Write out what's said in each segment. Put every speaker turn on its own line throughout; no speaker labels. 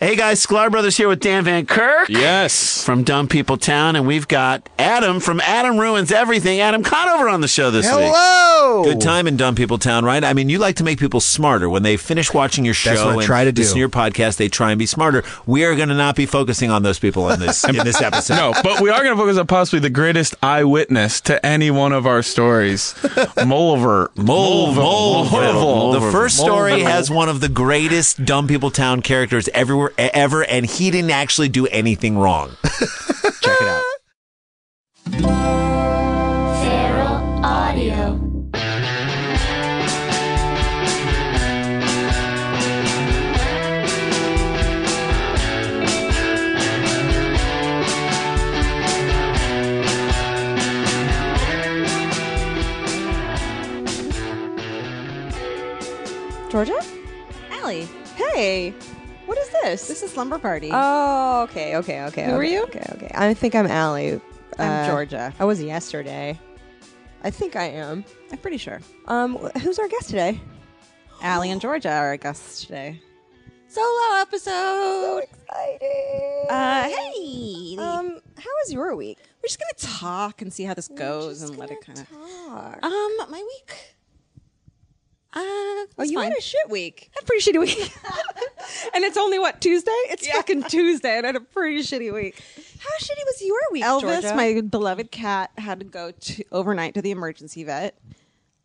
Hey guys, Sklar Brothers here with Dan Van Kirk
Yes.
from Dumb People Town, and we've got Adam from Adam Ruins Everything, Adam Conover on the show this week.
Hello.
Good time in Dumb People Town, right? I mean, you like to make people smarter. When they finish watching your show
That's what I
and
try to do.
listen to your podcast, they try and be smarter. We are going to not be focusing on those people in this in this episode.
No, Oh, but we are going to focus on possibly the greatest eyewitness to any one of our stories, Mulver.
Mole, Mole,
Mulver.
The first story has one of the greatest Dumb People Town characters everywhere e-, ever, and he didn't actually do anything wrong. Check it out.
Feral Audio.
Georgia?
Allie.
Hey. What is this?
This is Lumber Party.
Oh, okay, okay, okay.
Who are
okay,
you?
Okay, okay. I think I'm Allie.
I'm
Uh,
Georgia.
I was yesterday. I think I am.
I'm pretty sure.
Um, who's our guest today?
Allie and Georgia are our guests today. Solo episode.
Exciting.
Uh, hey.
Um, how was your week?
we're just gonna talk and see how this goes and let it kind of.
Talk.
Um, my week. Uh,
Oh, you
fine.
had a shit week.
had a pretty shitty week. and it's only what Tuesday? It's fucking Tuesday, and I had a pretty shitty week.
How shitty was your week,
Elvis,
Georgia?
my beloved cat, had to go to, overnight to the emergency vet.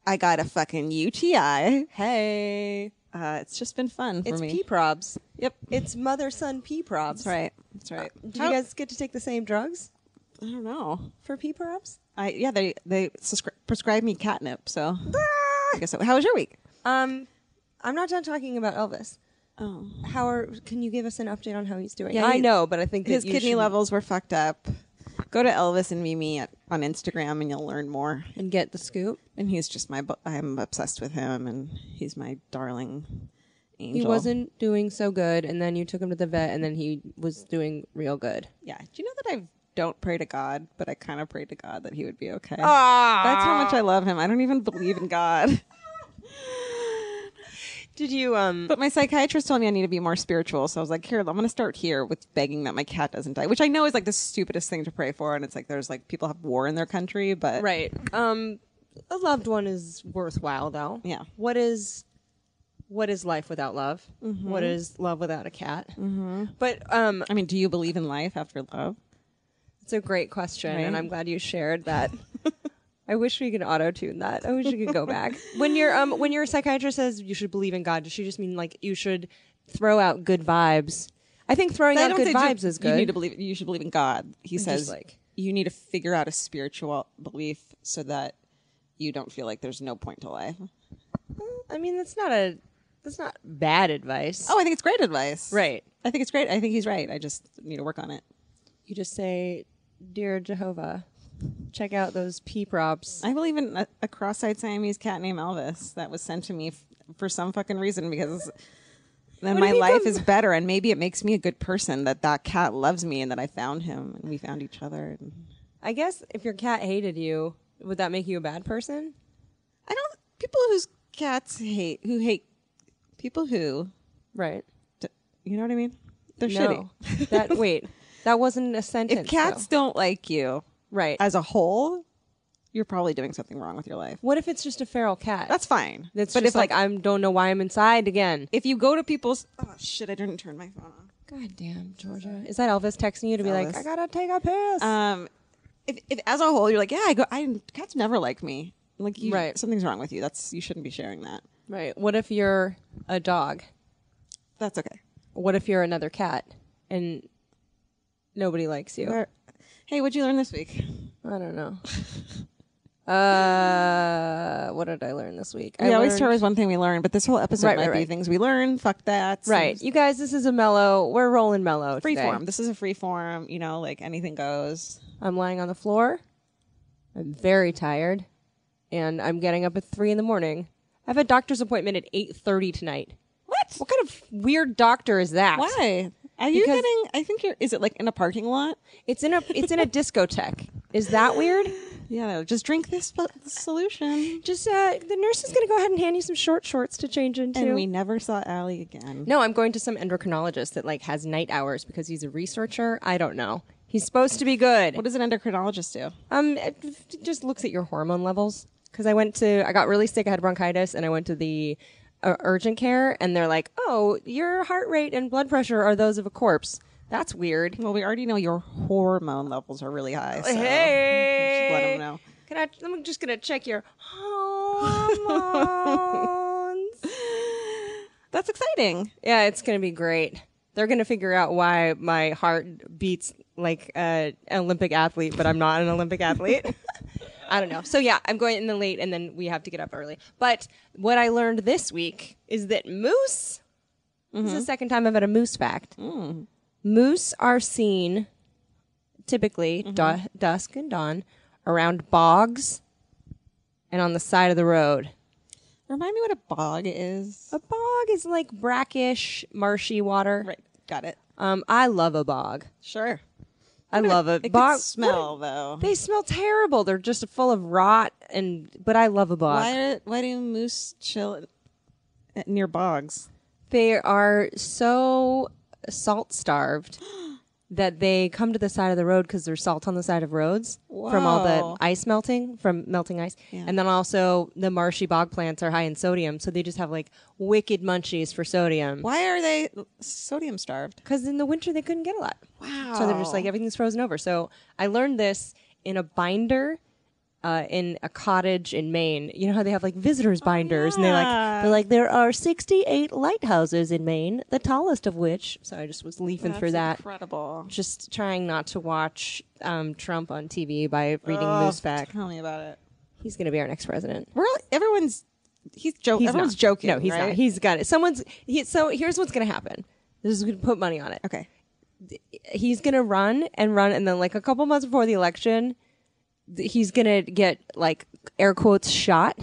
I got a fucking UTI. Hey, uh, it's just been fun for
it's
me.
pee probs.
Yep,
It's mother son pee probs.
that's right. That's right.
Do
How-
you guys get to take the same drugs
I don't know.
for pee probs?
I yeah, they they subscri- prescribed me catnip. So
Ah!
I guess. So. How was your week?
Um, I'm not done talking about Elvis.
Oh,
How are? Can you give us an update on how he's doing?
Yeah,
I
he-
know, but I think that
his
you
kidney
should-
levels were fucked up. Go to Elvis and Mimi at, on Instagram, and you'll learn more.
and get the scoop.
And he's just my. bu- I'm obsessed with him, and he's my darling angel.
He wasn't doing so good, and then you took him to the vet, and then he was doing real good.
Yeah. Do you know that I don't pray to God, but I kind of pray to God that he would be okay. That's how much I love him. I don't even believe in God.
Did you um?
But my psychiatrist told me I need to be more spiritual, so I was like, "Here, I'm going to start here with begging that my cat doesn't die," which I know is like the stupidest thing to pray for, and it's like there's like people have war in their country, but
Right. Um, a loved one is worthwhile, though.
Yeah.
What is, what is life without love? What is love without a cat? Mm-hmm. But um,
I mean, do you believe in life after love?
it's a great question, and
Right.
I'm glad you shared that. I wish we could auto tune that. I wish you could go back. when your um, when your psychiatrist says you should believe in God, does she just mean like you should throw out good vibes? I think throwing
I
out
don't
good
think you-
vibes is good.
You need to believe. You should believe in God. He says
like-
you need to figure out a spiritual belief so that you don't feel like there's no point to life.
I mean, that's not a that's not bad advice.
Oh, I think it's great advice.
right.
I think it's great. I think he's right. I just need to work on it.
You just say, "Dear Jehovah, check out those pee props."
I believe in a, a cross-eyed Siamese cat named Elvis that was sent to me f- for some fucking reason because then my life is better and maybe it makes me a good person that that cat loves me and that I found him and we found each other. And
I guess if your cat hated you, would that make you a bad person?
I don't people whose cats hate who hate people who
Right.
d- you know what I mean? They're
No. that wait, that wasn't a sentence.
shitty. If cats
though.
don't like you
right?
as a whole, you're probably doing something wrong with your life.
what if it's just a feral cat?
That's fine.
That's
but if
just
like,
I'm don't know why I'm inside again.
if you go to people's oh shit, I didn't turn my phone on.
God damn, Georgia, is that Elvis texting you to be like,
Elvis.
"I gotta take a piss"?
um, if, if as a whole you're like, yeah, I go, I cats never like me. Like you,
Right.
something's wrong with you. That's you shouldn't be sharing that.
right. What if you're a dog?
That's okay.
What if you're another cat and nobody likes you?
Or- hey, what'd you learn this week?
I don't know. uh, what did I learn this week?
We
I
always
learned-
start with one thing we learned, but this whole episode
Right,
might
right,
be
right.
things we learned. Fuck that.
right.
Some-
You guys, this is a mellow. We're rolling mellow.
free
today.
form. This is a free form. You know, like anything goes.
I'm lying on the floor. I'm very tired, and I'm getting up at three in the morning. I have a doctor's appointment at eight thirty tonight.
What?
What kind of weird doctor is that?
Why? Are you
Because-
getting? I think you're. Is it like in a parking lot?
It's in a it's in a discotheque. Is that weird?
Yeah, just drink this pl- solution.
Just uh, the nurse is gonna go ahead and hand you some short shorts to change into.
And we never saw Allie again.
no, I'm going to some endocrinologist that like has night hours because he's a researcher. I don't know. He's supposed to be good.
What does an endocrinologist do?
Um, it f- just looks at your hormone levels. Because I went to, I got really sick. I had bronchitis, and I went to the uh, urgent care, and they're like, "Oh, your heart rate and blood pressure are those of a corpse. That's weird."
Well, we already know your hormone levels are really high. So
Hey,
Just let 'em know.
Can I? I'm just gonna check your hormones.
That's exciting.
yeah, it's gonna be great. They're gonna figure out why my heart beats like uh, an Olympic athlete, but I'm not an Olympic athlete. I don't know. So yeah, I'm going in the late, and then we have to get up early. But what I learned this week is that moose. This is the second time I've had a moose fact. Moose are seen typically du- dusk and dawn around bogs and on the side of the road.
Remind me what a bog is.
A bog is like brackish, marshy water.
Right. Got it.
Um, I love a bog.
Sure.
I love a
It
bog.
could smell though.
They smell terrible. They're just full of rot and. But I love a bog.
Why do, why do moose chill at- near bogs?
They are so salt starved that they come to the side of the road because there's salt on the side of roads from
Wow.
all the ice melting from melting ice, and then also the marshy bog plants are high in sodium, so they just have like wicked munchies for sodium.
Why are they sodium starved?
Because in the winter they couldn't get a lot.
Wow.
So they're just like everything's frozen over. So I learned this in a binder uh, in a cottage in Maine. You know how they have like visitors binders, and they're like they're like there are sixty eight lighthouses in Maine, the tallest of which. So I just was leafing through that,
Incredible.
just trying not to watch um, Trump on TV by reading Moose Back.
Tell me about it.
He's going to be our next president.
We're all, everyone's he's joking. Oh,
He's
Everyone's
not.
joking.
No, he's
right?
not. He's got it. Someone's. He, so here's what's going to happen. This is going to put money on it.
okay.
he's gonna run and run and then like a couple months before the election th- he's gonna get like air quotes shot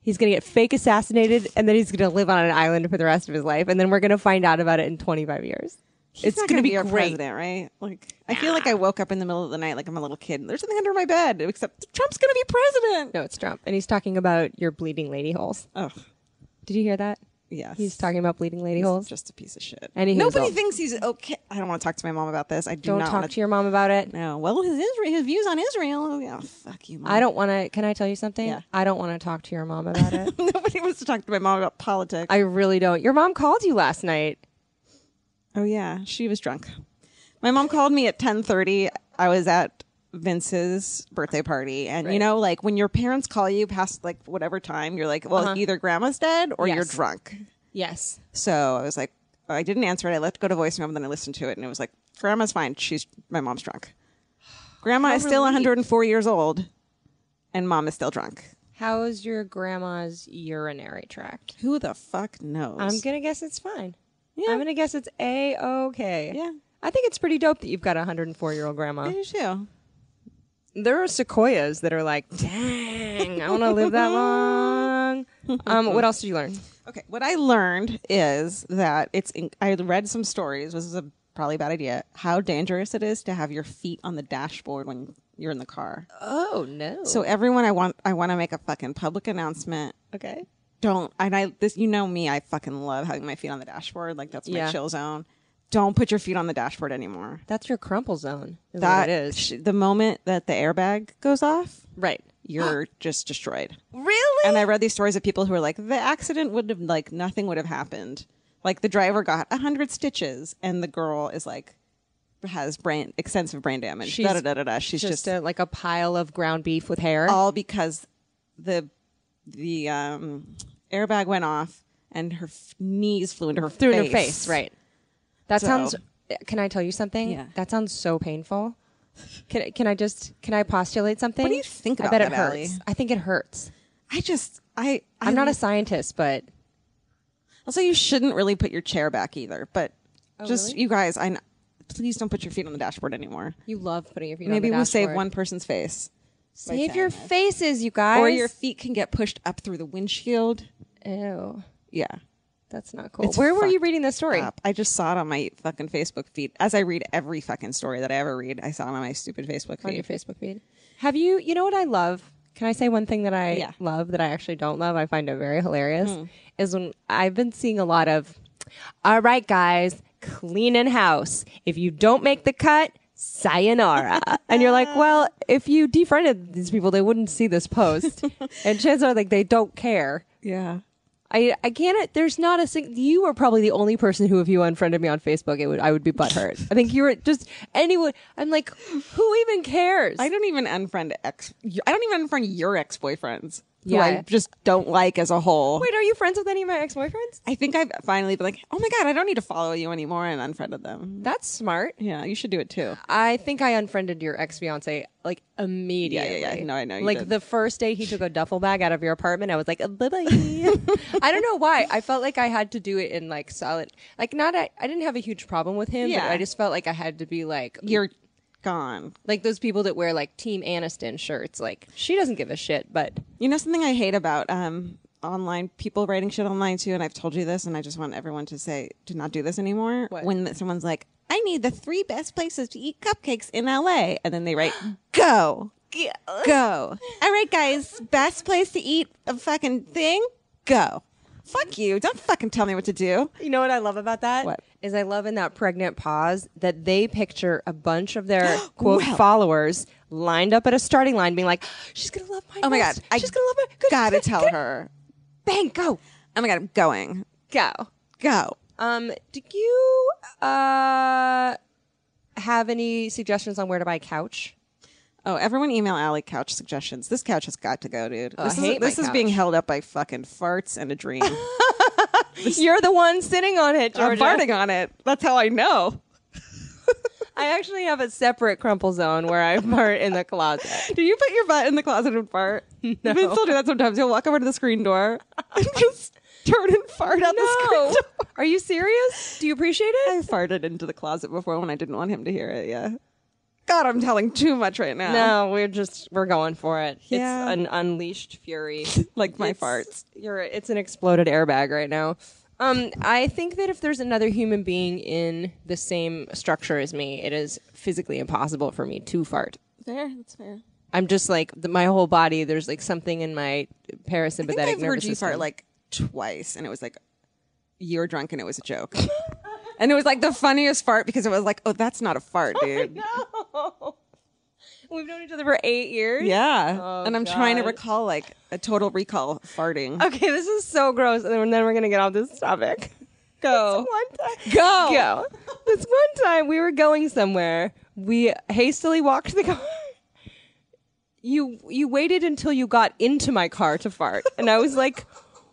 he's gonna get fake assassinated and then he's gonna live on an island for the rest of his life and then we're gonna find out about it in 25 years
He's
it's
not
gonna,
gonna
be,
our
great
president, right? Like I feel like I woke up in the middle of the night like I'm a little kid. and There's something under my bed. Except Trump's gonna be president.
no it's trump and he's talking about your bleeding lady holes
Oh,
did you hear that
yes.
he's talking about bleeding lady holes
just a piece of shit.
And he hears
Nobody
all-
thinks he's okay. I don't want to talk to my mom about this. I do
don't
not
talk
wanna-
to your mom about it
No. Well, his Israel, his views on Israel. Oh, Yeah, fuck you, mom.
i don't want to can i tell you something
Yeah.
i don't want to talk to your mom about it
Nobody wants to talk to my mom about politics.
i really don't your mom called you last night
Oh yeah, she was drunk. My mom called me at 10:30. I was at Vince's birthday party and you know like when your parents call you past like whatever time you're like well either grandma's dead or you're
Yes.
drunk.
yes
So I was like I didn't answer it. I let go to voicemail and then I listened to it and it was like grandma's fine. She's my mom's drunk. Grandma is still 104 years old and mom is still drunk.
How's your grandma's urinary tract?
Who the fuck knows?
I'm gonna guess it's fine.
Yeah.
I'm gonna guess it's a okay.
Yeah.
I think it's pretty dope that you've got a 104 year old grandma.
I do too.
There are sequoias that are like, dang, I want to live that long. Um, what else did you learn?
Okay, what I learned is that it's. In, I read some stories. This is a probably bad idea. How dangerous it is to have your feet on the dashboard when you're in the car.
Oh no.
So everyone, I want. I want to make a fucking public announcement.
okay.
Don't. And I. This. You know me. I fucking love having my feet on the dashboard. Like that's my
Yeah.
chill zone. Don't put your feet on the dashboard anymore.
That's your crumple zone. Is
That
what it is.
sh- the moment that the airbag goes off,
right.
you're just destroyed.
Really?
And I read these stories of people who were like, the accident would have, like, nothing would have happened. Like, the driver got 100 stitches, and the girl is like, has brain, extensive brain damage.
She's
da, da, da, da, da. She's
just
just,
a, like a pile of ground beef with hair.
all because the, the, um, airbag went off and her f- knees flew into her
through
face.
her face. Right. That
So-
sounds. Can I tell you something?
Yeah.
That sounds so painful. Can can I just can I postulate something?
do you think
I
about
bet it
that,
hurts.
Ally?
I think it hurts.
I just, I, I
I'm not a scientist, but
Also, you shouldn't really put your chair back either, but just,
Oh, really?
you guys, I, kn- please don't put your feet on the dashboard anymore.
you love putting your feet.
Maybe
on the
we'll save
dashboard.
one person's face.
Save your faces, you guys.
or your feet can get pushed up through the windshield.
Ew,
Yeah.
that's not cool.
It's
Where were you
fucked Uh,
reading this story?
Up. I just saw it on my fucking Facebook feed. As I read every fucking story that I ever read, I saw it on my stupid Facebook feed.
On your Facebook feed. Have you? You know what I love? Can I say one thing that I
Yeah. Hmm.
love that I actually don't love? I find it very hilarious. Is when I've been seeing a lot of, all right, guys, cleaning house. If you don't make the cut, sayonara. and you're like, well, if you defriended these people, they wouldn't see this post. and chances are, like, they don't care.
Yeah.
I, I can't. There's not a sing- You are probably the only person who, if you unfriended me on Facebook, it would I would be butthurt. I think you were just anyone. I'm like, who even cares?
I don't even unfriend ex. I don't even unfriend your ex boyfriends. Who
Yeah.
I just don't like as a whole.
Wait, are you friends with any of my ex boyfriends?
I think I've finally been like, oh my god, I don't need to follow you anymore, and unfriended them.
That's smart.
Yeah, you should do it too.
I think I unfriended your ex fiance like immediately.
yeah. No, I know you
Like
did.
the first day he took a duffel bag out of your apartment, I was like, bye bye. I don't know why. I felt like I had to do it in like solid, like not. I I didn't have a huge problem with him,
Yeah.
but I just felt like I had to be like,
You're gone.
like those people that wear like Team Aniston shirts. Like she doesn't give a shit, but
You know something I hate about um, online people writing shit online too, and I've told you this, and I just want everyone to say, do not do this anymore. When someone's like, I need the three best places to eat cupcakes in LA, and then they write, go, go. All right, guys, best place to eat a fucking thing, go. Fuck you! Don't fucking tell me what to do.
You know what I love about that is
What?
I love in that pregnant pause that they picture a bunch of their quote followers lined up at a starting line, being like, "She's gonna love my
Oh my god,
roast. she's gonna love my good,
gotta
good,
tell
good-
her.
bang go
Oh my god, I'm going.
go."
Go.
Um, do you uh have any suggestions on where to buy a couch?
Oh, everyone email Allie couch suggestions. This couch has got to go, dude.
Oh, I
this is,
hate my
this is being
couch.
held up by fucking farts and a dream.
You're the one sitting on it,
I'm
Georgia.
farting on it. That's how I know.
I actually have a separate crumple zone where I fart in the closet.
Do you put your butt in the closet and fart? No. You can still do that sometimes. You'll walk over to the screen door and just turn and fart out the screen
No,
door.
are you serious? Do you appreciate it?
I farted into the closet before when I didn't want him to hear it. Yeah. God, I'm telling too much right now.
No, we're just we're going for it.
Yeah.
It's an unleashed fury.
Like my
It's-
farts.
You're it's an exploded airbag right now. Um, I think that if there's another human being in the same structure as me, it is physically impossible for me to fart.
Fair. That's fair.
I'm just like the, my whole body. There's like something in my parasympathetic
I think I've
nervous
heard you
system.
fart like twice, and it was like you were drunk, and it was a joke. and it was like the funniest fart because it was like, oh, that's not a fart, dude.
we've known each other for eight years.
Yeah.
Oh,
and I'm trying to
God.
recall like a total recall farting.
Okay, this is so gross, and then then we're gonna get off this topic.
Go.
one time.
Go.
Go. This one time we were going somewhere. We hastily walked the car. You you waited until you got into my car to fart, and I was like,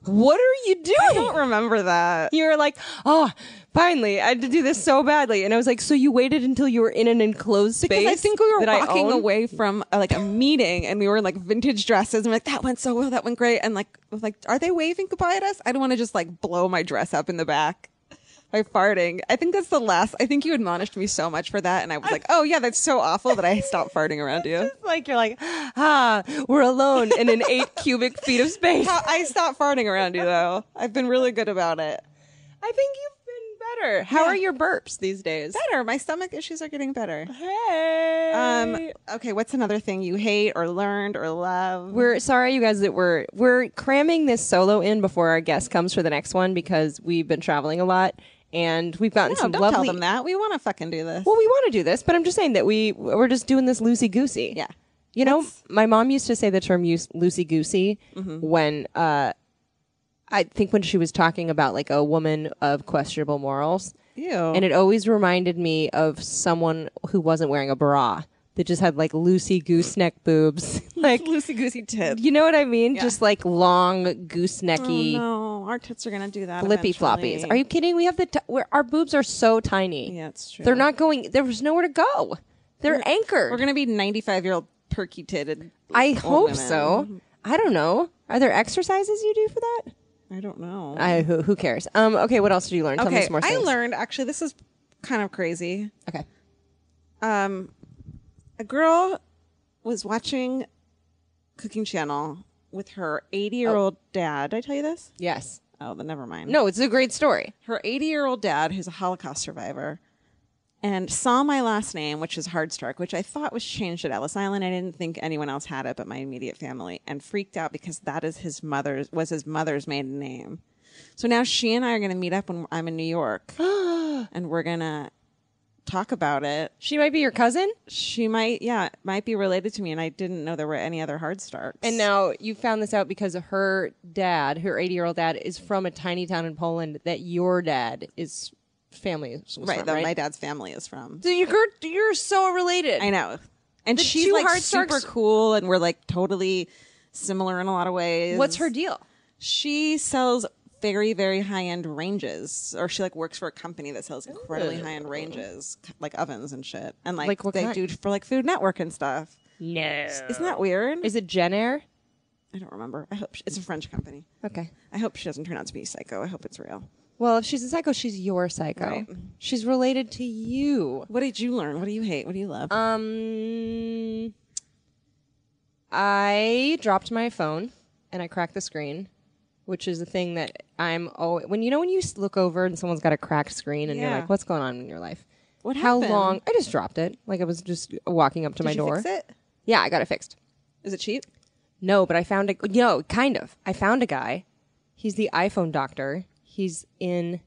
"What are you
I don't
doing?"
remember that.
You were like, "Oh, finally, I had to do this so badly," and I was like, "So you waited until you were in an enclosed space?"
Because I think we were
that I
walking
own?"
away from uh, like a meeting and we were in, like vintage dresses and we're like that went so well, that went great. And like I was like, are they waving goodbye at us? I don't want to just like blow my dress up in the back by farting. I think that's the last I think you admonished me so much for that and I was like, Oh yeah, that's so awful that I stopped farting around you.
Like you're like, "Ah, we're alone in an eight cubic feet of space."
How- I stopped farting around you though. I've been really good about it.
I think you've been better. How
Yeah.
are your burps these days?
Better. My stomach issues are getting better.
Hey.
Um, okay, what's another thing you hate or learned or love?
we're sorry, you guys, that we're we're cramming this solo in before our guest comes for the next one because we've been traveling a lot and we've gotten
no,
some
don't
lovely.
tell them that. We want to fucking do this.
Well, we want to do this, but I'm just saying that we we're just doing this loosey goosey.
Yeah.
You know, my mom used to say the term loosey goosey
Mm-hmm.
when uh, I think when she was talking about like a woman of questionable morals.
Ew.
And it always reminded me of someone who wasn't wearing a bra that just had like loosey gooseneck boobs. like,
loosey goosey tits.
you know what I mean? Just like long goosenecky
Oh, No, our tits are gonna do that.
flippy
eventually.
floppies. Are you kidding? We have the t- where our boobs are so tiny.
Yeah, it's true.
They're not going. There was nowhere to go. They're anchored.
We're gonna be ninety-five-year-old turkey titted.
I
old
hope
women.
so. I don't know. Are there exercises you do for that?
I don't know.
I who, who cares? Um. Okay. What else did you learn? Tell me
okay,
some more.
I
things.
learned actually. This is kind of crazy.
Okay.
um, a girl was watching Cooking Channel with her 80 year old
Oh.
dad. Did I tell you this?
Yes.
Oh, then never mind.
No. It's a great story.
Her 80 year old dad, who's a Holocaust survivor, and saw my last name, which is Hardstruck, which I thought was changed at Ellis Island. I didn't think anyone else had it but my immediate family, and freaked out because that is his mother's was his mother's maiden name. So now she and I are going to meet up when I'm in New York, and we're gonna talk about it.
She might be your cousin,
She might, yeah, might be related to me, and I didn't know there were any other Hardstarks.
and now you found this out because her dad, her eighty-year-old dad, is from a tiny town in Poland that your dad is family is
right,
from,
that
right?
my dad's family is from.
So you're you're so related.
I know. And
The
she's
two
like
hard
super
starks-
cool and we're like totally similar in a lot of ways.
What's her deal?
She sells very very high end ranges or she like works for a company that sells incredibly high end ranges like ovens and shit and like,
Like what
they
kind?
do for like Food Network and stuff.
No.
Isn't that weird?
Is it Jen Air?
I don't remember. I hope she, it's a French company.
Okay.
I hope she doesn't turn out to be psycho. I hope it's real.
Well, if she's a psycho, she's your psycho. She's related to you.
What did you learn? What do you hate? What do you
Uh,
love?
Um, I dropped my phone and I cracked the screen, which is the thing that I'm always when you know when you s- look over and someone's got a cracked screen and you're
Yeah.
like, what's going on in your life?
What
How
happened?
long? I just dropped it. Like I was just walking up to my
did
door.
you fix it?
Yeah, I got it fixed.
Is it cheap?
No, but I found a no, kind of. I found a guy. He's the iPhone doctor. He's in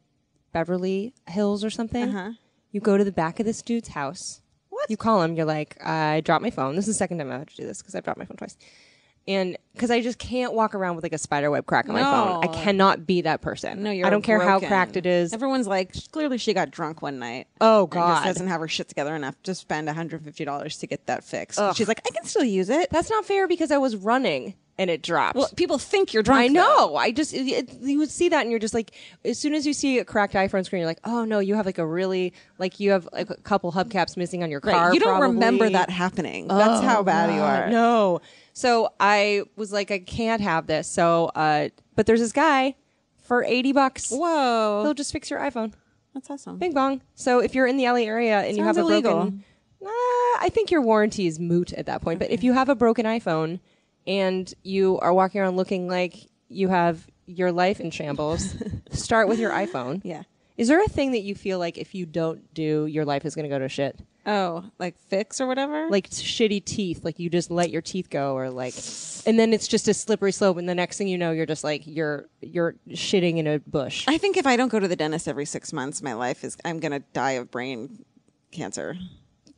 Beverly Hills or something.
Uh-huh.
You go to the back of this dude's house. What? You call him. You're like, I dropped my phone. This is the second time I've had to do this because I've dropped my phone twice. And because I just can't walk around with like a spider web crack on my phone. I cannot be that person.
No, you're.
I don't care how
broken.
cracked it is.
Everyone's like, clearly she got drunk one night.
Oh,
And just
God.
doesn't have her shit together enough to spend 150 dollars to get that fixed. She's like, I can still use it.
That's not fair because I was running and it dropped.
well, people think you're drunk.
I
though.
know. I just it, it- you would see that, and you're just like, as soon as you see a cracked iPhone screen, you're like, oh no, you have like a really like you have like a couple hubcaps missing on your
Right.
car.
you don't remember
probably. Oh,
that happening. That's how bad you are.
No. So I was like, I can't have this. So, uh, but there's this guy for eighty bucks.
Whoa,
He'll just fix your iPhone.
that's awesome.
Bing bong. So if you're in the LA area and you
Sounds
have a
illegal.
broken, Nah, I think your warranty is moot at that point. But if you have a broken iPhone and you are walking around looking like you have your life in shambles, start with your iPhone.
Yeah.
Is there a thing that you feel like if you don't do, your life is going to go to shit?
Oh, like fix or whatever.
Like shitty teeth, like you just let your teeth go, or like, and then it's just a slippery slope, and the next thing you know, you're just like you're you're shitting in a bush.
I think if I don't go to the dentist every six months, my life is. I'm gonna die of brain cancer.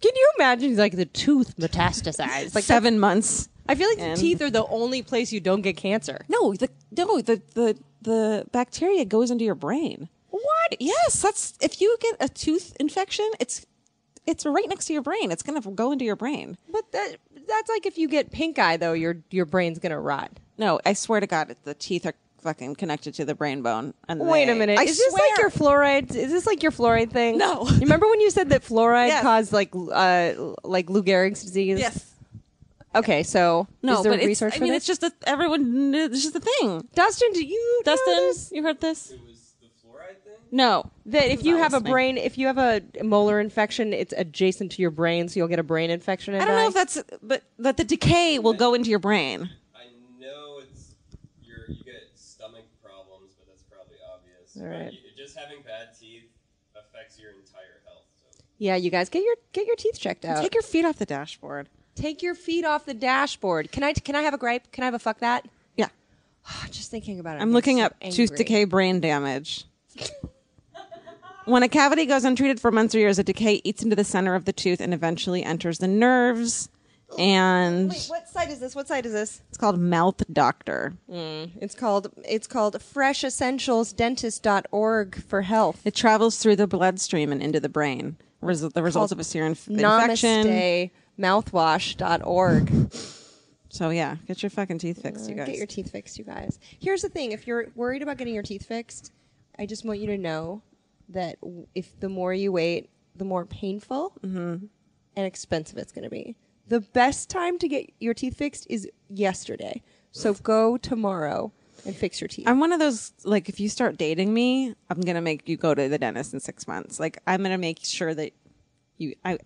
Can you imagine like the tooth metastasized? Like
Seven months.
I feel like
And-
the teeth are the only place you don't get cancer.
No, the no the the the bacteria goes into your brain. What? Yes, that's if you get a tooth infection, it's it's right next to your brain. It's gonna go into your brain.
But that, that's like if you get pink eye though, your your brain's gonna rot.
No, I swear to God, the teeth are fucking connected to the brain bone. And
Wait
they-
a minute.
I
is this
swear.
like your fluoride? Is this like your fluoride thing?
No.
You remember when you said that fluoride
Yes.
caused like uh like Lou Gehrig's disease?
Yes.
Okay, so
No,
is there
but it's-
research
I
for
mean,
this?
it's just that everyone. It's just a thing.
Dustin, do you know
Dustin,
this?
you heard this? It was the fluoride thing. No,
that if you
not
have a
listening.
brain, if you have a molar infection, it's adjacent to your brain, so you'll get a brain infection. And
I don't know
die?
if that's but that the decay will go into your brain.
I know it's your you get stomach problems, but that's probably obvious. But
Alright.
you- just having bad teeth affects your entire health. So
yeah. You guys get your get your teeth checked out.
Take your feet off the dashboard.
Take your feet off the dashboard. Can I can I have a gripe? Can I have a fuck that?
Yeah.
Ah, Just thinking about it.
I'm looking
so
up tooth
angry.
decay brain damage. when a cavity goes untreated for months or years, a decay eats into the center of the tooth and eventually enters the nerves. And
What side is this? What side is this?
it's called mouth doctor.
It's called it's called freshessentialsdentist.org for health.
It travels through the bloodstream and into the brain. Res- the results of a serum inf- infection.
Namaste mouthwash.org.
So yeah, get your fucking teeth fixed, you guys.
Get your teeth fixed, you guys. Here's the thing, if you're worried about getting your teeth fixed, I just want you to know that w- if the more you wait, the more painful
Mm-hmm.
and expensive it's going to be. The best time to get your teeth fixed is yesterday. So go tomorrow and fix your teeth.
I'm one of those like if you start dating me, I'm gonna make you go to the dentist in six months. Like I'm gonna make sure that you I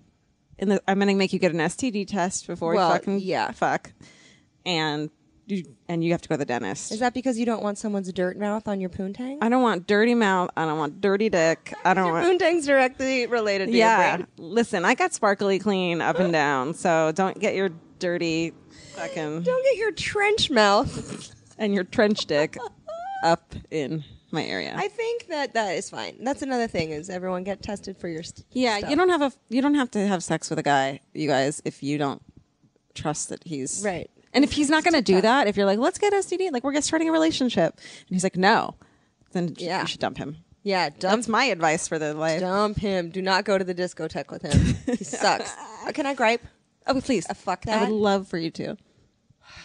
in the I'm gonna make you get an STD test before
Well,
we fucking
yeah.
fuck, and you- and you have to go to the dentist.
Is that because you don't want someone's dirt mouth on your poontang?
I don't want dirty mouth. I don't want dirty dick. I don't want.
poontang's directly related to your
yeah.
brain.
Listen, I got sparkly clean up and down, so don't get your dirty fucking
Don't get your trench mouth.
and your trench dick up in my area.
I think that that is fine. That's another thing is everyone get tested for your st-
yeah,
stuff.
you don't have a you don't have to have sex with a guy, you guys, if you don't trust that he's
Right.
And if he's not going to do that, if you're like, let's get STD, like we're get- starting a relationship, and he's like, no, then
Yeah.
you should dump him.
Yeah,
That's
dump
my advice for the life.
dump him. Do not go to the discotheque with him. He sucks. Oh, can I gripe?
Oh, please,
Uh, fuck
I
that.
would love for you to.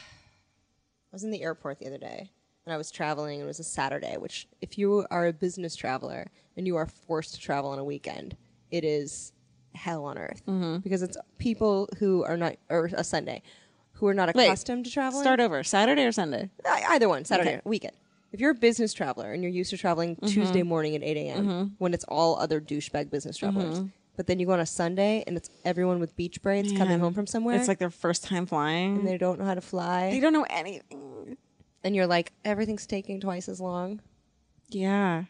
I was in the airport the other day and I was traveling and it was a Saturday, which if you are a business traveler and you are forced to travel on a weekend, it is hell on earth
Mm-hmm.
because it's people who are not or a Sunday who are not accustomed to traveling.
Start over, Saturday or Sunday.
I- either one, Saturday weekend. If you're a business traveler and you're used to traveling
Mm-hmm.
Tuesday morning at 8 a.m. when it's all other douchebag business travelers,
Mm-hmm.
but then you go on a Sunday and it's everyone with beach braids coming home from somewhere
It's like their first time flying.
and they don't know how to fly,
they don't know anything.
and you're like everything's taking twice as long.
Yeah.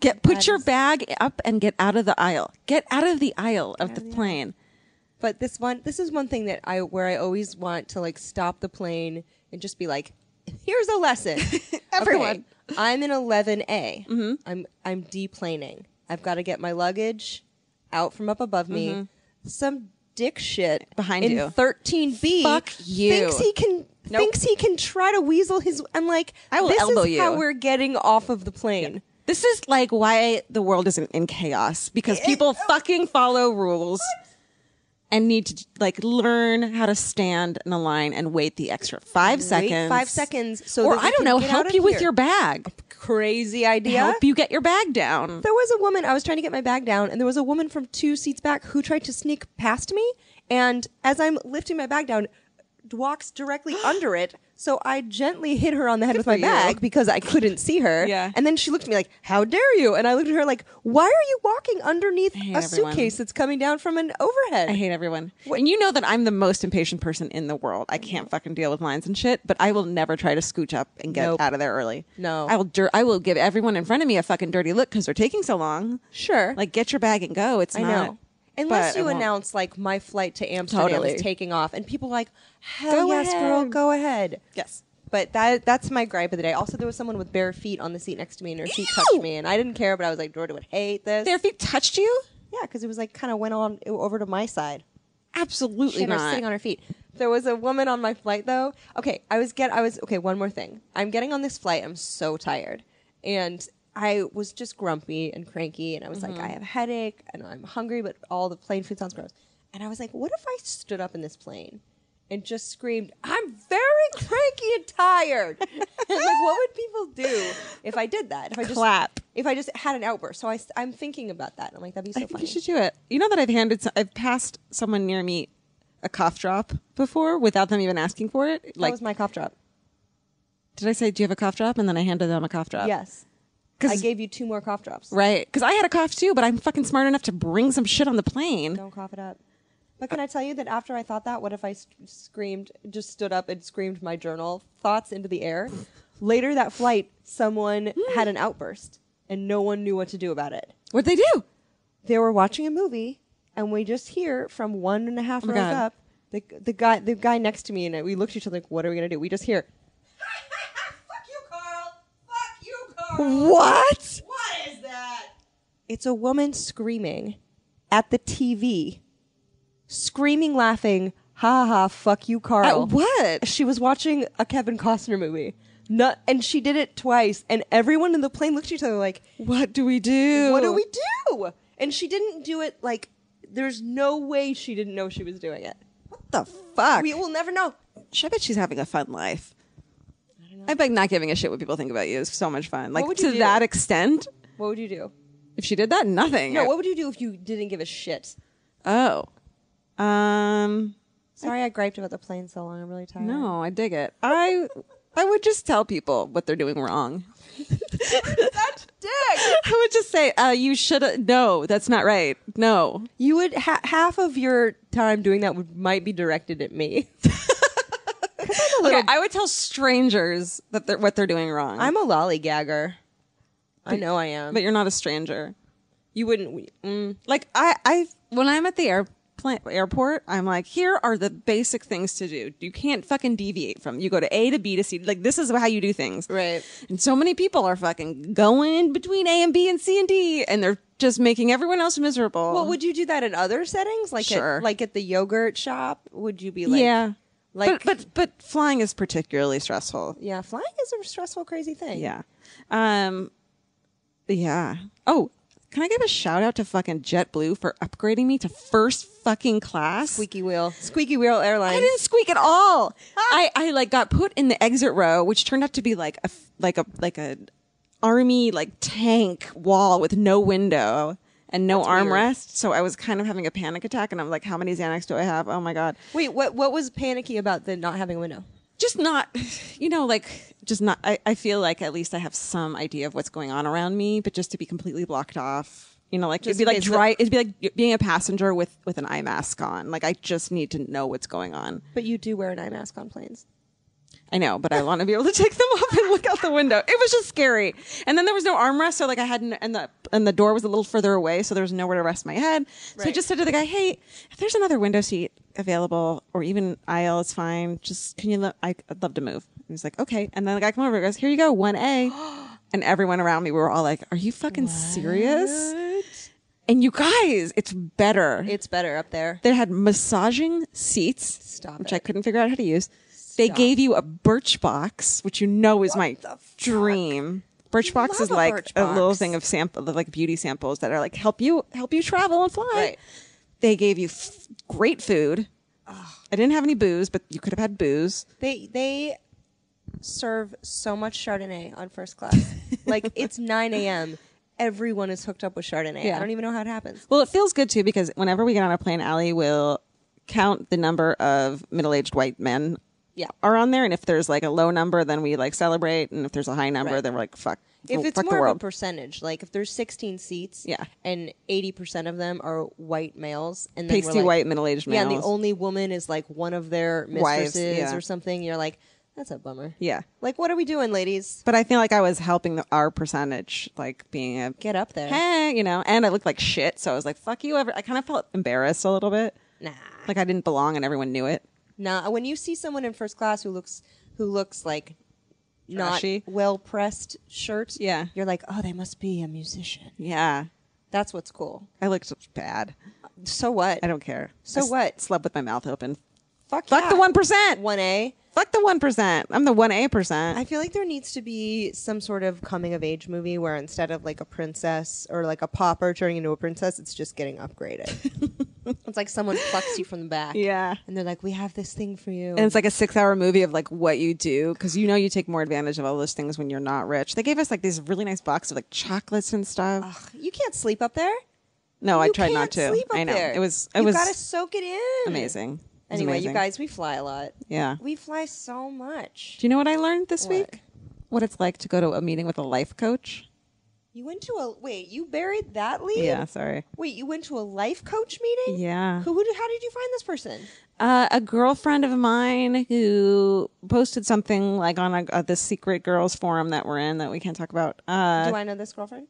Get put your bag up and get out of the aisle. Get out of the aisle of the plane.
But this one, this is one thing that I where I always want to like stop the plane and just be like, here's a lesson,
Everyone.
Okay, I'm in 11A. Mm-hmm. I'm I'm deplaning. I've got to get my luggage out from up above me. Some dick shit
Mm-hmm. Behind
in
you.
13B.
Fuck you.
Thinks he can.
Nope.
Thinks he can try to weasel his. I'm like,
I will
this
elbow
is
you.
how we're getting off of the plane.
This is like why the world isn't in chaos because people
Oh.
fucking follow rules and need to like learn how to stand in a line and wait the extra five seconds.
five seconds so
or
that you
I don't
can
know,
get out
help
of
you with
here.
your bag,
Crazy idea.
help you get your bag down.
There was a woman, I was trying to get my bag down, and there was a woman from two seats back who tried to sneak past me. And as I'm lifting my bag down, walks directly under it. So I gently hit her on the head with my
for you.
bag because I couldn't see her.
Yeah.
And then she looked at me like, How dare you? And I looked at her like, Why are you walking underneath
hate
a
everyone.
suitcase that's coming down from an overhead?
I hate everyone. And you know that I'm the most impatient person in the world. I can't fucking deal with lines and shit, but I will never try to scooch up and get
Nope.
out of there early.
No.
I will dir- I will give everyone in front of me a fucking dirty look cuz they're taking so long.
Sure.
Like get your bag and go. It's
I
not
know. Unless
but I
you
won't.
announce like my flight to Amsterdam
Totally.
is taking off, and people are like, "Hell
Go
yes, girl,
ahead."
go ahead."
Yes.
But that that's my gripe of the day. Also, there was someone with bare feet on the seat next to me, and her feet touched me, and I didn't care, but I was like, Jordan would hate this.
Their feet touched you?
yeah, because it was like kind of went on over to my side.
Absolutely
She had her
not.
sitting on her feet. There was a woman on my flight though. Okay, I was get I was okay, one more thing. I'm getting on this flight. I'm so tired. And I was just grumpy and cranky and I was
Mm-hmm.
like I have a headache and I'm hungry but all the plane food sounds gross. And I was like what if I stood up in this plane and just screamed, "I'm very cranky and tired." and like what would people do if I did that? If I just
Clap.
If I just had an outburst. So I am thinking about that. I'm like that'd be so
I think
funny.
you should do it. You know that I've handed, some, I've passed someone near me a cough drop before without them even asking for it.
that
Like,
was my cough drop.
did I say, do you have a cough drop? And then I handed them a cough drop.
Yes.
'Cause-
I gave you two more cough drops.
Right. Because I had a cough too, but I'm fucking smart enough to bring some shit on the plane.
Don't cough it up. But can I tell you that after I thought that, what if I s- screamed, just stood up and screamed my journal thoughts into the air? Later that flight, someone had an outburst and no one knew what to do about it.
What'd they do?
They were watching a movie and we just hear from one and a
Oh
half rows
God.
up the, the guy the guy next to me and I, we looked at each other like, what are we gonna do? We just hear,
Fuck you, Carl. Fuck you, Carl.
what?
What is that?
It's a woman screaming at the TV, screaming, laughing, ha ha, fuck you, Carl.
At what?
She was watching a Kevin Costner movie. Not, and she did it twice, and everyone in the plane looked at each other like,
What do we do?
what do we do? And she didn't do it like, there's no way she didn't know she was doing it.
What the fuck?
We will never know.
I bet she's having a fun life. I bet not giving a shit what people think about you is so much fun. Like
would you
to
do?
that extent,
What would you do?
if she did that, nothing.
No, what would you do if you didn't give a shit?
oh, um,
Sorry, I griped about the plane so long. I'm really tired.
no, I dig it. I I would just tell people what they're doing wrong. I would just say, uh, you should. No, that's not right. No,
You would ha- half of your time doing that would might be directed at me.
Okay, I would tell strangers that they're what they're doing wrong.
I'm a lollygagger. I know I am.
but you're not a stranger.
you wouldn't. Mm,
Like I, I when I'm at the airplane airport, I'm like, here are the basic things to do. You can't fucking deviate from. You go to A to B to C. Like this is how you do things.
Right.
And so many people are fucking going between A and B and C and D, and they're just making everyone else miserable.
well, would you do that in other settings? Like
Sure.
at, like at the yogurt shop? Would you be like
yeah. but,
like-
but but flying is particularly stressful.
yeah, flying is a stressful, crazy thing.
Yeah. Um Yeah. Oh, can I give a shout out to fucking JetBlue for upgrading me to first fucking class?
Squeaky wheel, squeaky wheel airline.
I didn't squeak at all. I, I like got put in the exit row, which turned out to be like a f- like a like a army like tank wall with no window and no armrest. So I was kind of having a panic attack, and I'm like, "How many Xanax do I have? Oh my god!"
Wait, what? What was panicky about the not having a window?
just not you know like just not I, I feel like at least i have some idea of what's going on around me but just to be completely blocked off you know like
Just
it'd be
in
like
case the-
dry it'd be like being a passenger with with an eye mask on like i just need to know what's going on
But you do wear an eye mask on planes.
i know but i want to be able to take them off and look out the window it was just scary and then there was no armrest so like i hadn't and the and the door was a little further away so there was nowhere to rest my head so i
Right.
just said to the guy hey if there's another window seat available or even aisle is fine just can you let I, i'd love to move and he's like okay and then the guy come over and goes here you go 1a and everyone around me we were all like are you fucking serious and you guys it's better
It's better up there.
they had massaging seats,
Stop
which
it.
I couldn't figure out how to use. They gave you a birch box, which you know is my dream. Birch box
love
is
a
like
Birch
a little
Box.
thing of sample, of like beauty samples that are like help you help you travel and fly.
Right.
They gave you f- great food. I didn't have any booze, but you could have had booze.
They they serve so much Chardonnay on first class. like it's nine a.m. Everyone is hooked up with Chardonnay.
Yeah.
I don't even know how it happens.
Well, it feels good too because whenever we get on a plane, Allie will count the number of middle-aged white men.
Yeah.
are on there, and if there's like a low number, then we like celebrate, and if there's a high number,
Right.
then we're like fuck.
If it's
Oh, fuck the
more of a
world.
percentage, like if there's 16 seats,
Yeah.
and 80 percent of them are white males, and then we're
pasty
like-
white middle-aged
yeah,
males.
and the only woman is like one of their
Wives,
mistresses
yeah.
or something. You're like, that's a bummer.
yeah.
Like, what are we doing, ladies?
But I feel like I was helping the, our percentage, like being a
Get up there.
hey, you know, and I looked like shit, so I was like, "Fuck you!" Ever, I kind of felt embarrassed a little bit,
Nah.
like I didn't belong, and everyone knew it.
Nah, when you see someone in first class who looks who looks like not
Trashy.
well pressed shirt,
Yeah.
you're like, oh, they must be a musician.
Yeah,
That's what's cool.
I looked bad.
So what?
I don't care.
So
I s-
what? Ah.
Slept with my mouth open.
fuck.
Fuck the
yeah.
one percent.
One A.
Fuck the one percent. I'm the one A
I
percent.
feel like there needs to be some sort of coming of age movie where instead of like a princess or like a pauper turning into a princess, it's just getting upgraded. it's like someone plucks you from the back.
Yeah.
And they're like, we have this thing for you.
And it's like a six-hour movie of like what you do because you know you take more advantage of all those things when you're not rich. They gave us like these really nice box of like chocolates and stuff.
you can't sleep up there.
no, Oh, I
You
tried not
can't
to.
Sleep up
I know
there.
it was. It
you
was
gotta soak it in.
amazing. It was
Anyway,
amazing.
you guys, we fly a lot.
Yeah.
We fly so much.
Do you know what I learned this
What?
week? What it's like to go to a meeting with a life coach.
You went to a wait. You buried that lead.
Yeah, sorry.
Wait, you went to a life coach meeting.
Yeah.
Who? Did, how did you find this person?
Uh, a girlfriend of mine who posted something like on a, uh, this secret girls forum that we're in that we can't talk about. Uh,
do I know this girlfriend?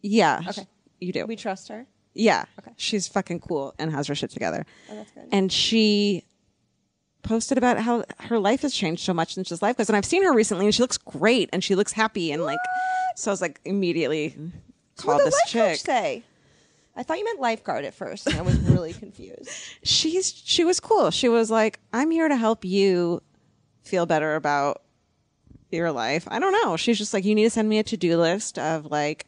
yeah. Okay. You do.
We trust her.
Yeah. Okay. She's fucking cool and has her shit together. Oh,
that's good.
And she posted about how her life has changed so much since this life goes. And I've seen her recently and she looks great and she looks happy and like so I was like immediately
What
called
did
this
life
chick.
coach say? I thought you meant lifeguard at first, and I was really confused.
She's she was cool. She was like, I'm here to help you feel better about your life. I don't know. She's just like, you need to send me a to do list of like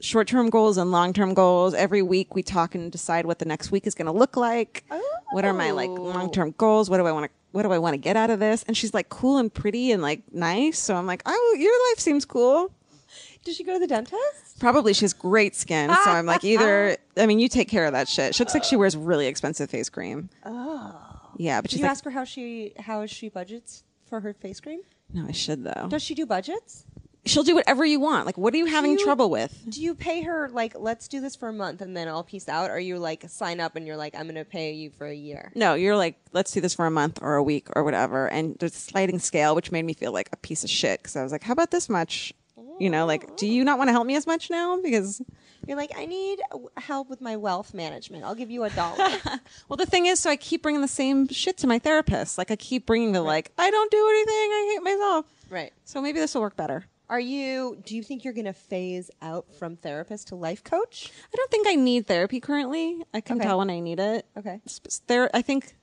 short term goals and long term goals. Every week we talk and decide what the next week is going to look like. What are my like long term goals? What do I want to? What do I want to get out of this? And she's like cool and pretty and like nice. So I'm like, oh, your life seems cool.
Did she go to the dentist?
Probably she has great skin. So I'm like, either, I mean, you take care of that shit. She looks like she wears really expensive face cream. Oh. Yeah, but
Did
she's
you
like,
ask her how she how she budgets for her face cream?
no, I should though.
Does she do budgets?
she'll do whatever you want. Like, what are you having
you-
trouble with?
Do you pay her like let's do this for a month and then I'll peace out, or you like sign up and you're like I'm gonna pay you for a year?
No, you're like, let's do this for a month or a week or whatever. And there's a sliding scale, which made me feel like a piece of shit because I was like, how about this much? You know, like, do you not want to help me as much now? Because,
You're like I need uh, help with my wealth management. I'll give you a dollar.
well, the thing is, so I keep bringing the same shit to my therapist. Like, I keep bringing the, like, I don't do anything. I hate myself.
right.
So maybe this will work better.
Are you? Do you think you're gonna phase out from therapist to life coach?
I don't think I need therapy currently. I can
Okay.
tell when I need it.
Okay.
S- There, I think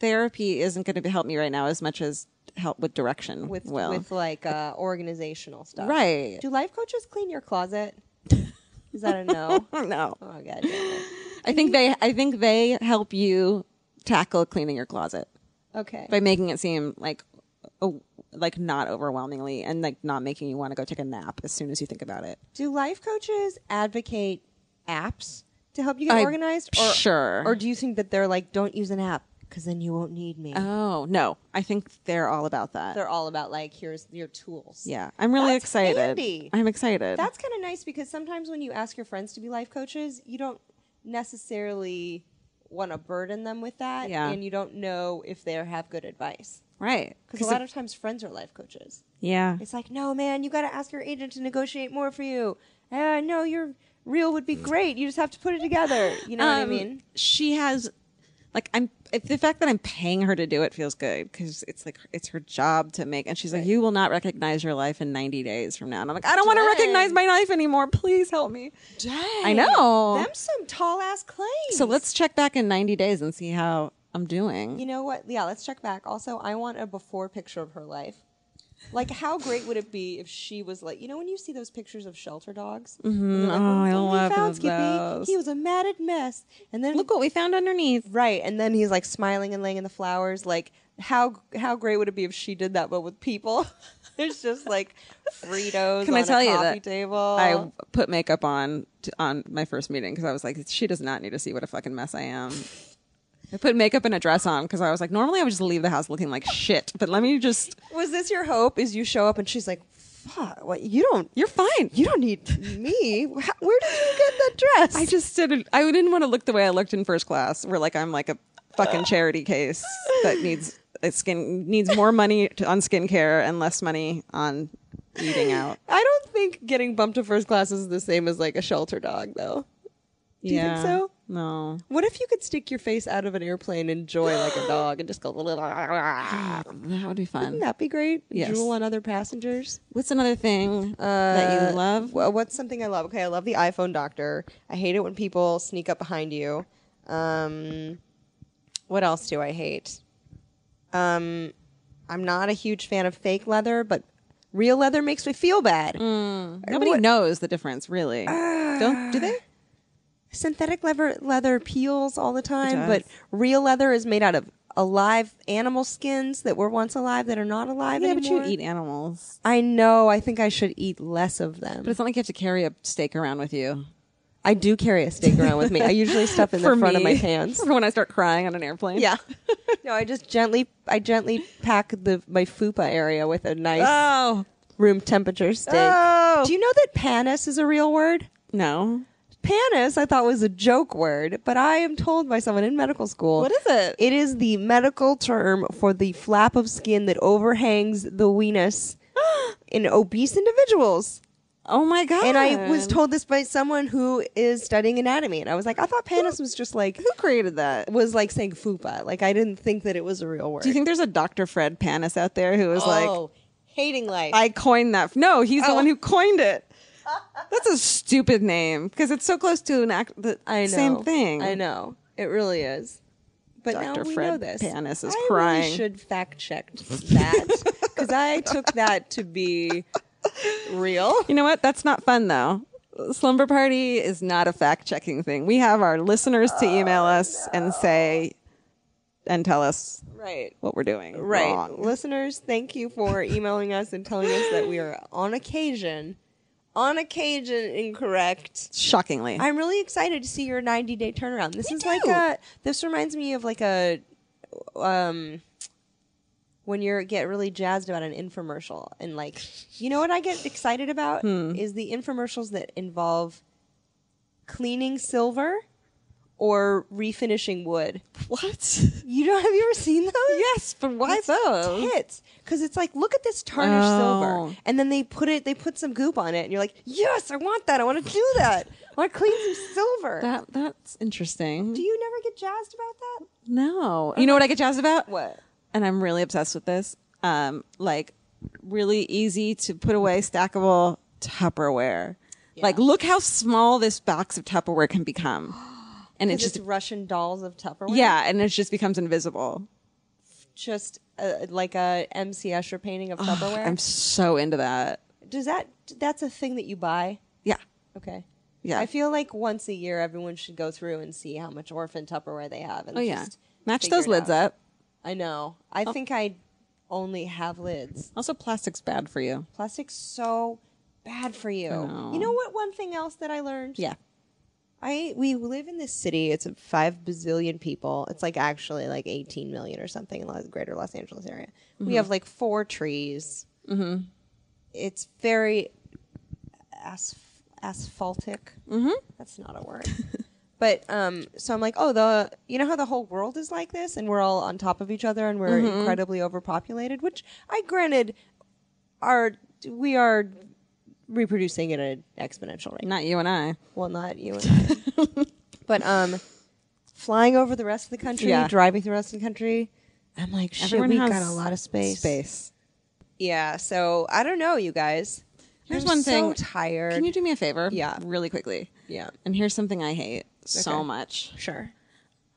therapy isn't going to help me right now as much as help with direction
With
will.
with like uh, organizational stuff.
Right.
Do life coaches clean your closet? Is that a no? oh
no.
god. damn it.
I think they I think they help you tackle cleaning your closet
Okay.
by making it seem like oh, like not overwhelmingly and like not making you want to go take a nap as soon as you think about it.
Do life coaches advocate apps to help you get
I-
organized?
sure.
Or do you think that they're like, don't use an app because then you won't need me?
Oh, no. I think they're all about that.
they're all about like, here's your tools.
yeah. I'm really
That's
excited.
handy.
I'm excited.
That's kind of nice because sometimes when you ask your friends to be life coaches, you don't necessarily want to burden them with that.
Yeah.
And you don't know if they have good advice.
right.
Because a lot of times friends are life coaches.
Yeah.
It's like, no, man, you got to ask your agent to negotiate more for you. Uh, no, your reel would be great. You just have to put it together. You know what I
Um,
mean?
She has, like, I'm. If the fact that I'm paying her to do it feels good because it's like it's her job to make. And she's like, "You will not recognize your life in 90 days from now." And I'm like, "I don't want to recognize my life anymore. Please help me." I know.
Them some tall ass claims.
So let's check back in 90 days and see how I'm doing.
You know what? Yeah, let's check back. Also, I want a before picture of her life. Like, how great would it be if she was like, you know, when you see those pictures of shelter dogs? Mm-hmm. Like,
Oh, I
"When we
love
found
those.
He was a matted mess, and then
Look what we found underneath.
right, and then he's like smiling and laying in the flowers. Like, how how great would it be if she did that, but with people? It's just like Fritos
Can
on
I tell
a
you
coffee
that
table.
I put makeup on t on my first meeting because I was like, she does not need to see what a fucking mess I am. I put makeup and a dress on because I was like, normally I would just leave the house looking like shit, but let me just.
was this your hope? Is you show up and she's like, "Fuck, what? You don't.
You're fine.
You don't need me. How- Where did you get that dress?
I just didn't. I didn't want to look the way I looked in first class, where like I'm like a fucking charity case that needs its skin needs more money to, on skincare and less money on eating out.
I don't think getting bumped to first class is the same as like a shelter dog, though.
Do
you think so?
No.
What if you could stick your face out of an airplane and joy like a dog and just go? Wouldn't
That would be fun.
that be great?
Yes.
Drool on other passengers.
What's another thing uh, that you love?
Well, what's something I love? Okay, I love the iPhone doctor. I hate it when people sneak up behind you. Um, what else do I hate? Um, I'm not a huge fan of fake leather, but real leather makes me feel bad.
Mm. Nobody knows the difference, really. Don't do they?
synthetic leather leather peels all the time,
does.
but real leather is made out of alive animal skins that were once alive that are not alive
Yeah, but
anymore.
you eat animals.
I know. I think I should eat less of them.
But it's not like you have to carry a steak around with you.
I do carry a steak around with me. I usually stuff in the front of my pants.
For when I start crying on an airplane.
Yeah. no, I just gently I gently pack the my fupa area with a nice
Oh.
room temperature steak.
Oh.
Do you know that panis is a real word?
No.
Panis, I thought was a joke word, but I am told by someone in medical school.
What is it?
It is the medical term for the flap of skin that overhangs the weenus in obese individuals.
Oh my god.
And I was told this by someone who is studying anatomy, and I was like, I thought panis was just like
who created that?
was like saying fupa. Like I didn't think that it was a real word.
Do you think there's a Dr. Fred Panis out there who was like,
oh, hating life?
I coined that? No, he's the
Oh.
one who coined it. That's a stupid name because it's so close to an act. The
I know.
Same thing.
I know. It really is. But now
Dr.
we
Fred
know this.
Panis is
I
crying.
Really should fact check that because I took that to be real.
You know what? That's not fun though. Slumber party is not a fact checking thing. We have our listeners to email us and say and tell us
Right.
what we're doing.
Right.
wrong.
Listeners, thank you for emailing us and telling us that we are on occasion, on occasion incorrect.
Shockingly.
I'm really excited to see your 90 day turnaround. This is like
too.
a. This reminds me of like a. Um, when you get really jazzed about an infomercial and like you know what I get excited about is the infomercials that involve cleaning silver or refinishing wood.
What?
You don't have you ever seen those?
Yes, but why
It's
those?
Tits, because it's like look at this tarnished
Oh.
silver, and then they put it, they put some goop on it, and you're like, yes, I want that, I want to do that, I want to clean some silver.
That that's interesting.
Do you never get jazzed about that?
no, you know what I get jazzed about?
What?
And I'm really obsessed with this. Um, like really easy to put away stackable Tupperware. Like, look how small this box of Tupperware can become, and it
It's
just
just Russian dolls of Tupperware.
yeah, and it just becomes invisible.
just uh, like a M.C. Escher painting
Oh,
of Tupperware.
I'm so into that.
Does that? That's a thing that you buy.
Yeah,
Okay.
yeah.
I feel like once a year, everyone should go through and see how much orphan Tupperware they have. And
oh yeah,
just
match
figure
those
it
lids
out.
up.
I know. I think I only have lids.
Also, plastic's bad for you.
Plastic's so bad for you.
know.
You know what? One thing else that I learned.
Yeah.
I we live in this city. It's five bazillion people. It's like actually like eighteen million or something in the greater Los Angeles area. We have like four trees. Mm-hmm. It's very as, asphaltic. Mm-hmm. That's not a word. but um, so I'm like, oh, the you know how the whole world is like this, and we're all on top of each other, and we're incredibly overpopulated. Which I granted, are we are reproducing at an exponential rate.
Not you and I.
Well, not you and I. but um, flying over the rest of the country,
Yeah.
driving through the rest of the country, I'm like, shit,
Everyone
we
has
got a lot of space.
Space.
Yeah. So I don't know, you guys.
Here's
I'm
one
so
thing.
tired.
Can you do me a favor?
Yeah.
Really quickly.
Yeah.
And here's something I hate so
Okay.
much.
Sure.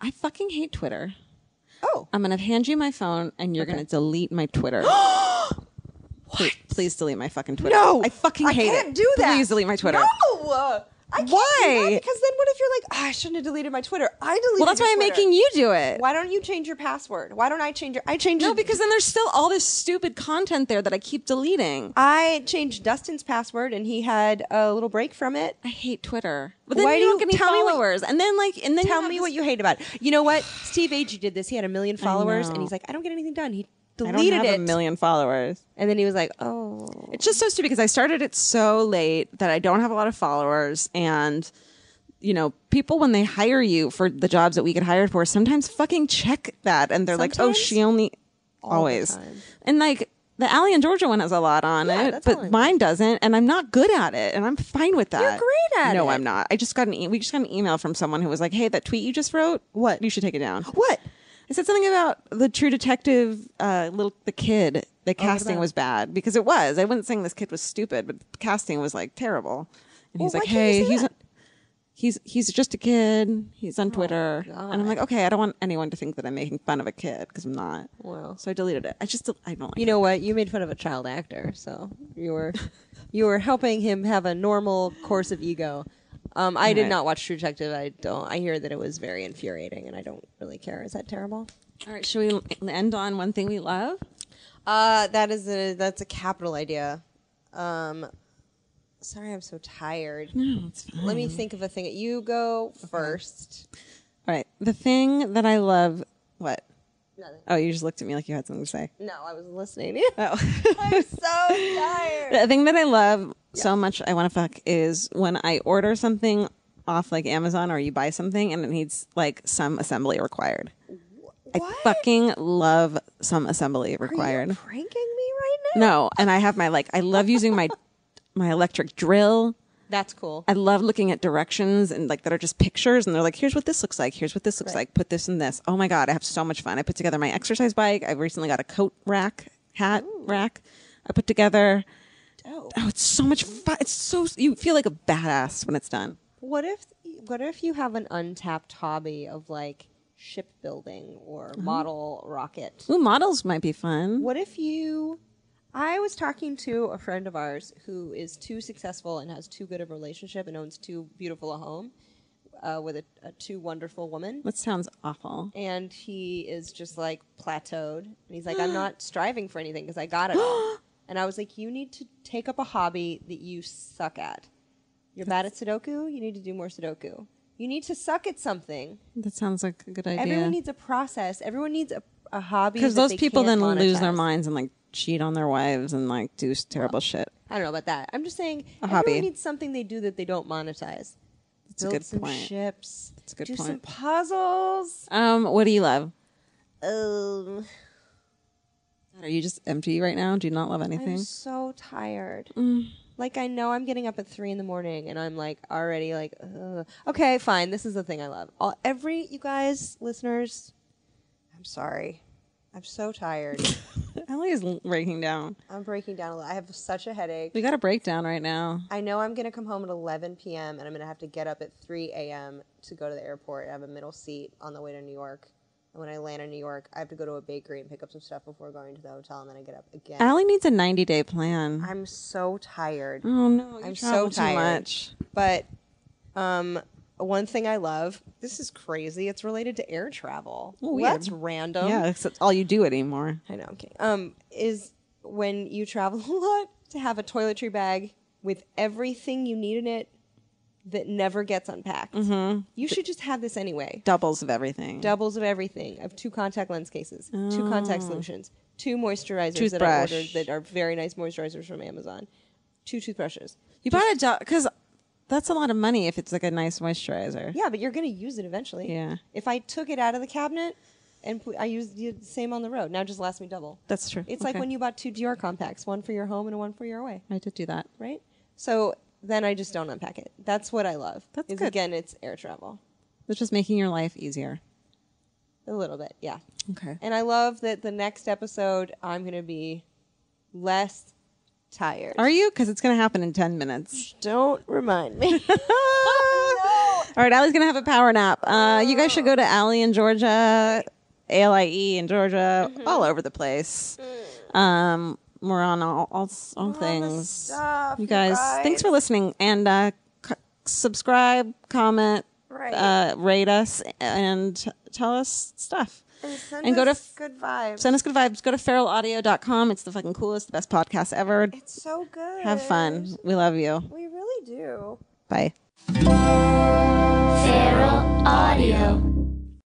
I fucking hate Twitter.
Oh.
I'm going to hand you my phone and you're going to delete my Twitter. Please, please delete my fucking Twitter.
No.
I fucking hate
can't
it.
do that.
Please delete my Twitter.
No. I can't do
Why?
that because then what if you're like, "Ah, I shouldn't have deleted my Twitter? I deleted.
Well, that's
your
why I'm
Twitter."
making you do it.
Why don't you change your password? Why don't I change your? I changed.
No,
it-
because then there's still all this stupid content there that I keep deleting.
I changed Dustin's password and he had a little break from it.
I hate Twitter. But then
Why
you
do
don't
you-
get any
tell me what-
followers. and then like and then
Tell
have
me
this-
what you hate about it. You know what? Steve Agee did this. He had a million followers, and
know.
he's like, I don't get anything done. He
I
deleted
don't have
it.
a million followers.
And then he was like, Oh,
It's just so stupid because I started it so late that I don't have a lot of followers and you know, people when they hire you for the jobs that we get hired for, sometimes fucking check that and they're like, "Oh,
Sometimes?
she only always." And like the Allie and Georgia one has a lot on
Yeah,
it,
that's
but
all I know.
mine doesn't, and I'm not good at it, and I'm fine with that.
great at
No,
it.
I'm not. I just got an e- we just got an email from someone who was like, "Hey, that tweet you just wrote, what? You should take it down."
What?
I said something about the True Detective, uh, little the kid. The casting was bad because it was. I wasn't saying this kid was stupid, but the casting was like terrible. And he's
Well,
like,
why can't you
"Hey,
say
he's
that?"
he's he's just a kid. He's on Twitter." And I'm like, "Okay, I don't want anyone to think that I'm making fun of a kid because I'm not."
Well.
so I deleted it. I just del- I don't. Like
You know what? You made fun of a child actor, so you were you were helping him have a normal course of ego. Um, I did
Right.
not watch True Detective. I don't. I hear that it was very infuriating, and I don't really care. Is that terrible?
All right, should we l- end on one thing we love?
Uh, that is a that's a capital idea. Um, sorry, I'm so tired.
No, it's fine.
Let me think of a thing. You go first.
All right, the thing that I love. What?
Nothing.
Oh, you just looked at me like you had something to say.
No, I was listening.
Oh.
I'm so tired.
The thing that I love so much, I want to fuck, is when I order something off like Amazon or you buy something and it needs like some assembly required. I fucking love some assembly required.
Pranking me right now?
no, and I have my like, I love using my my electric drill.
That's cool.
I love looking at directions and like that are just pictures and they're like, here's what this looks like, here's what this looks like, put this and this. Oh my God, I have so much fun. I put together my exercise bike. I recently got a coat rack, hat rack. I put together.
Dope.
Oh, it's so much fun. It's so, you feel like a badass when it's done.
What if what if you have an untapped hobby of like shipbuilding or
Uh-huh.
model rocket?
Ooh, models might be fun.
What if you I was talking to a friend of ours who is too successful and has too good of a relationship and owns too beautiful a home uh, with a, a too wonderful woman.
That sounds awful.
and he is just like plateaued and he's like i'm not striving for anything because i got it all and i was like you need to take up a hobby that you suck at you're bad at sudoku you need to do more sudoku you need to suck at something
That sounds like a good idea.
everyone needs a process everyone needs a a hobby
Because
that
those
they
people then
can't
lose their
monetize.
minds and like cheat on their wives and like do terrible shit.
I don't know about that. I'm just saying
A
everyone
hobby.
needs something they do that they don't monetize.
That's a
Build
good
some
point.
ships.
That's a good
do some
point.
puzzles.
Um, what do you love?
Um,
Are you just empty right now? Do you not love anything?
I'm so tired. Like I know I'm getting up at three in the morning, and I'm like already like, Ugh. okay, fine. This is the thing I love. All, every you guys, listeners, I'm sorry. I'm so tired.
Ellie is l- breaking down.
I'm breaking down a lot. I have such a headache.
We got a breakdown right now.
I know I'm going to come home at 11 p.m. and I'm going to have to get up at 3 a.m. to go to the airport. I have a middle seat on the way to New York. And when I land in New York, I have to go to a bakery and pick up some stuff before going to the hotel and then I get up again.
Allie needs a 90 day plan.
I'm so tired.
oh no, you
I'm
travel
so tired.
too much.
But um, one thing I love, this is crazy. It's related to air travel.
Oh, weird.
That's random.
yeah, that's all you do anymore.
I know. Okay. Um, is when you travel a lot to have a toiletry bag with everything you need in it that never gets unpacked.
Mm-hmm.
You should just have this anyway.
Doubles of everything.
Doubles of everything. Of two contact lens cases, two contact solutions, two moisturizers that I
Oh. Toothbrush.
ordered that are very nice moisturizers from Amazon, two toothbrushes.
you bought a double because that's a lot of money if it's like a nice moisturizer.
Yeah, but you're going to use it eventually.
Yeah.
If I took it out of the cabinet and pu- I used the same on the road, now it just lasts me double.
That's true.
It's like
Okay.
when you bought two Dior compacts, one for your home and one for your away.
I did do that.
right? So then I just don't unpack it. That's what I love.
That's
is
good.
again, it's air travel
It's just making your life easier.
a little bit, yeah.
Okay.
And I love that the next episode I'm going to be less tired.
Are you? Because it's going to happen in 10 minutes.
don't remind me.
All right, Allie's going to have a power nap. Uh, you guys should go to Allie in Georgia, ALIE E in Georgia, all over the place. Um, we're on all, all, s- all things. you, guys, thanks for listening. And uh, c- subscribe, comment, uh, rate us, and tell us stuff. And, go to f-
good vibes.
send us good vibes. Go to feralaudio.com. It's the fucking coolest, the best podcast ever.
It's so good.
Have fun. We love you.
We really do.
Bye.
Feral Audio.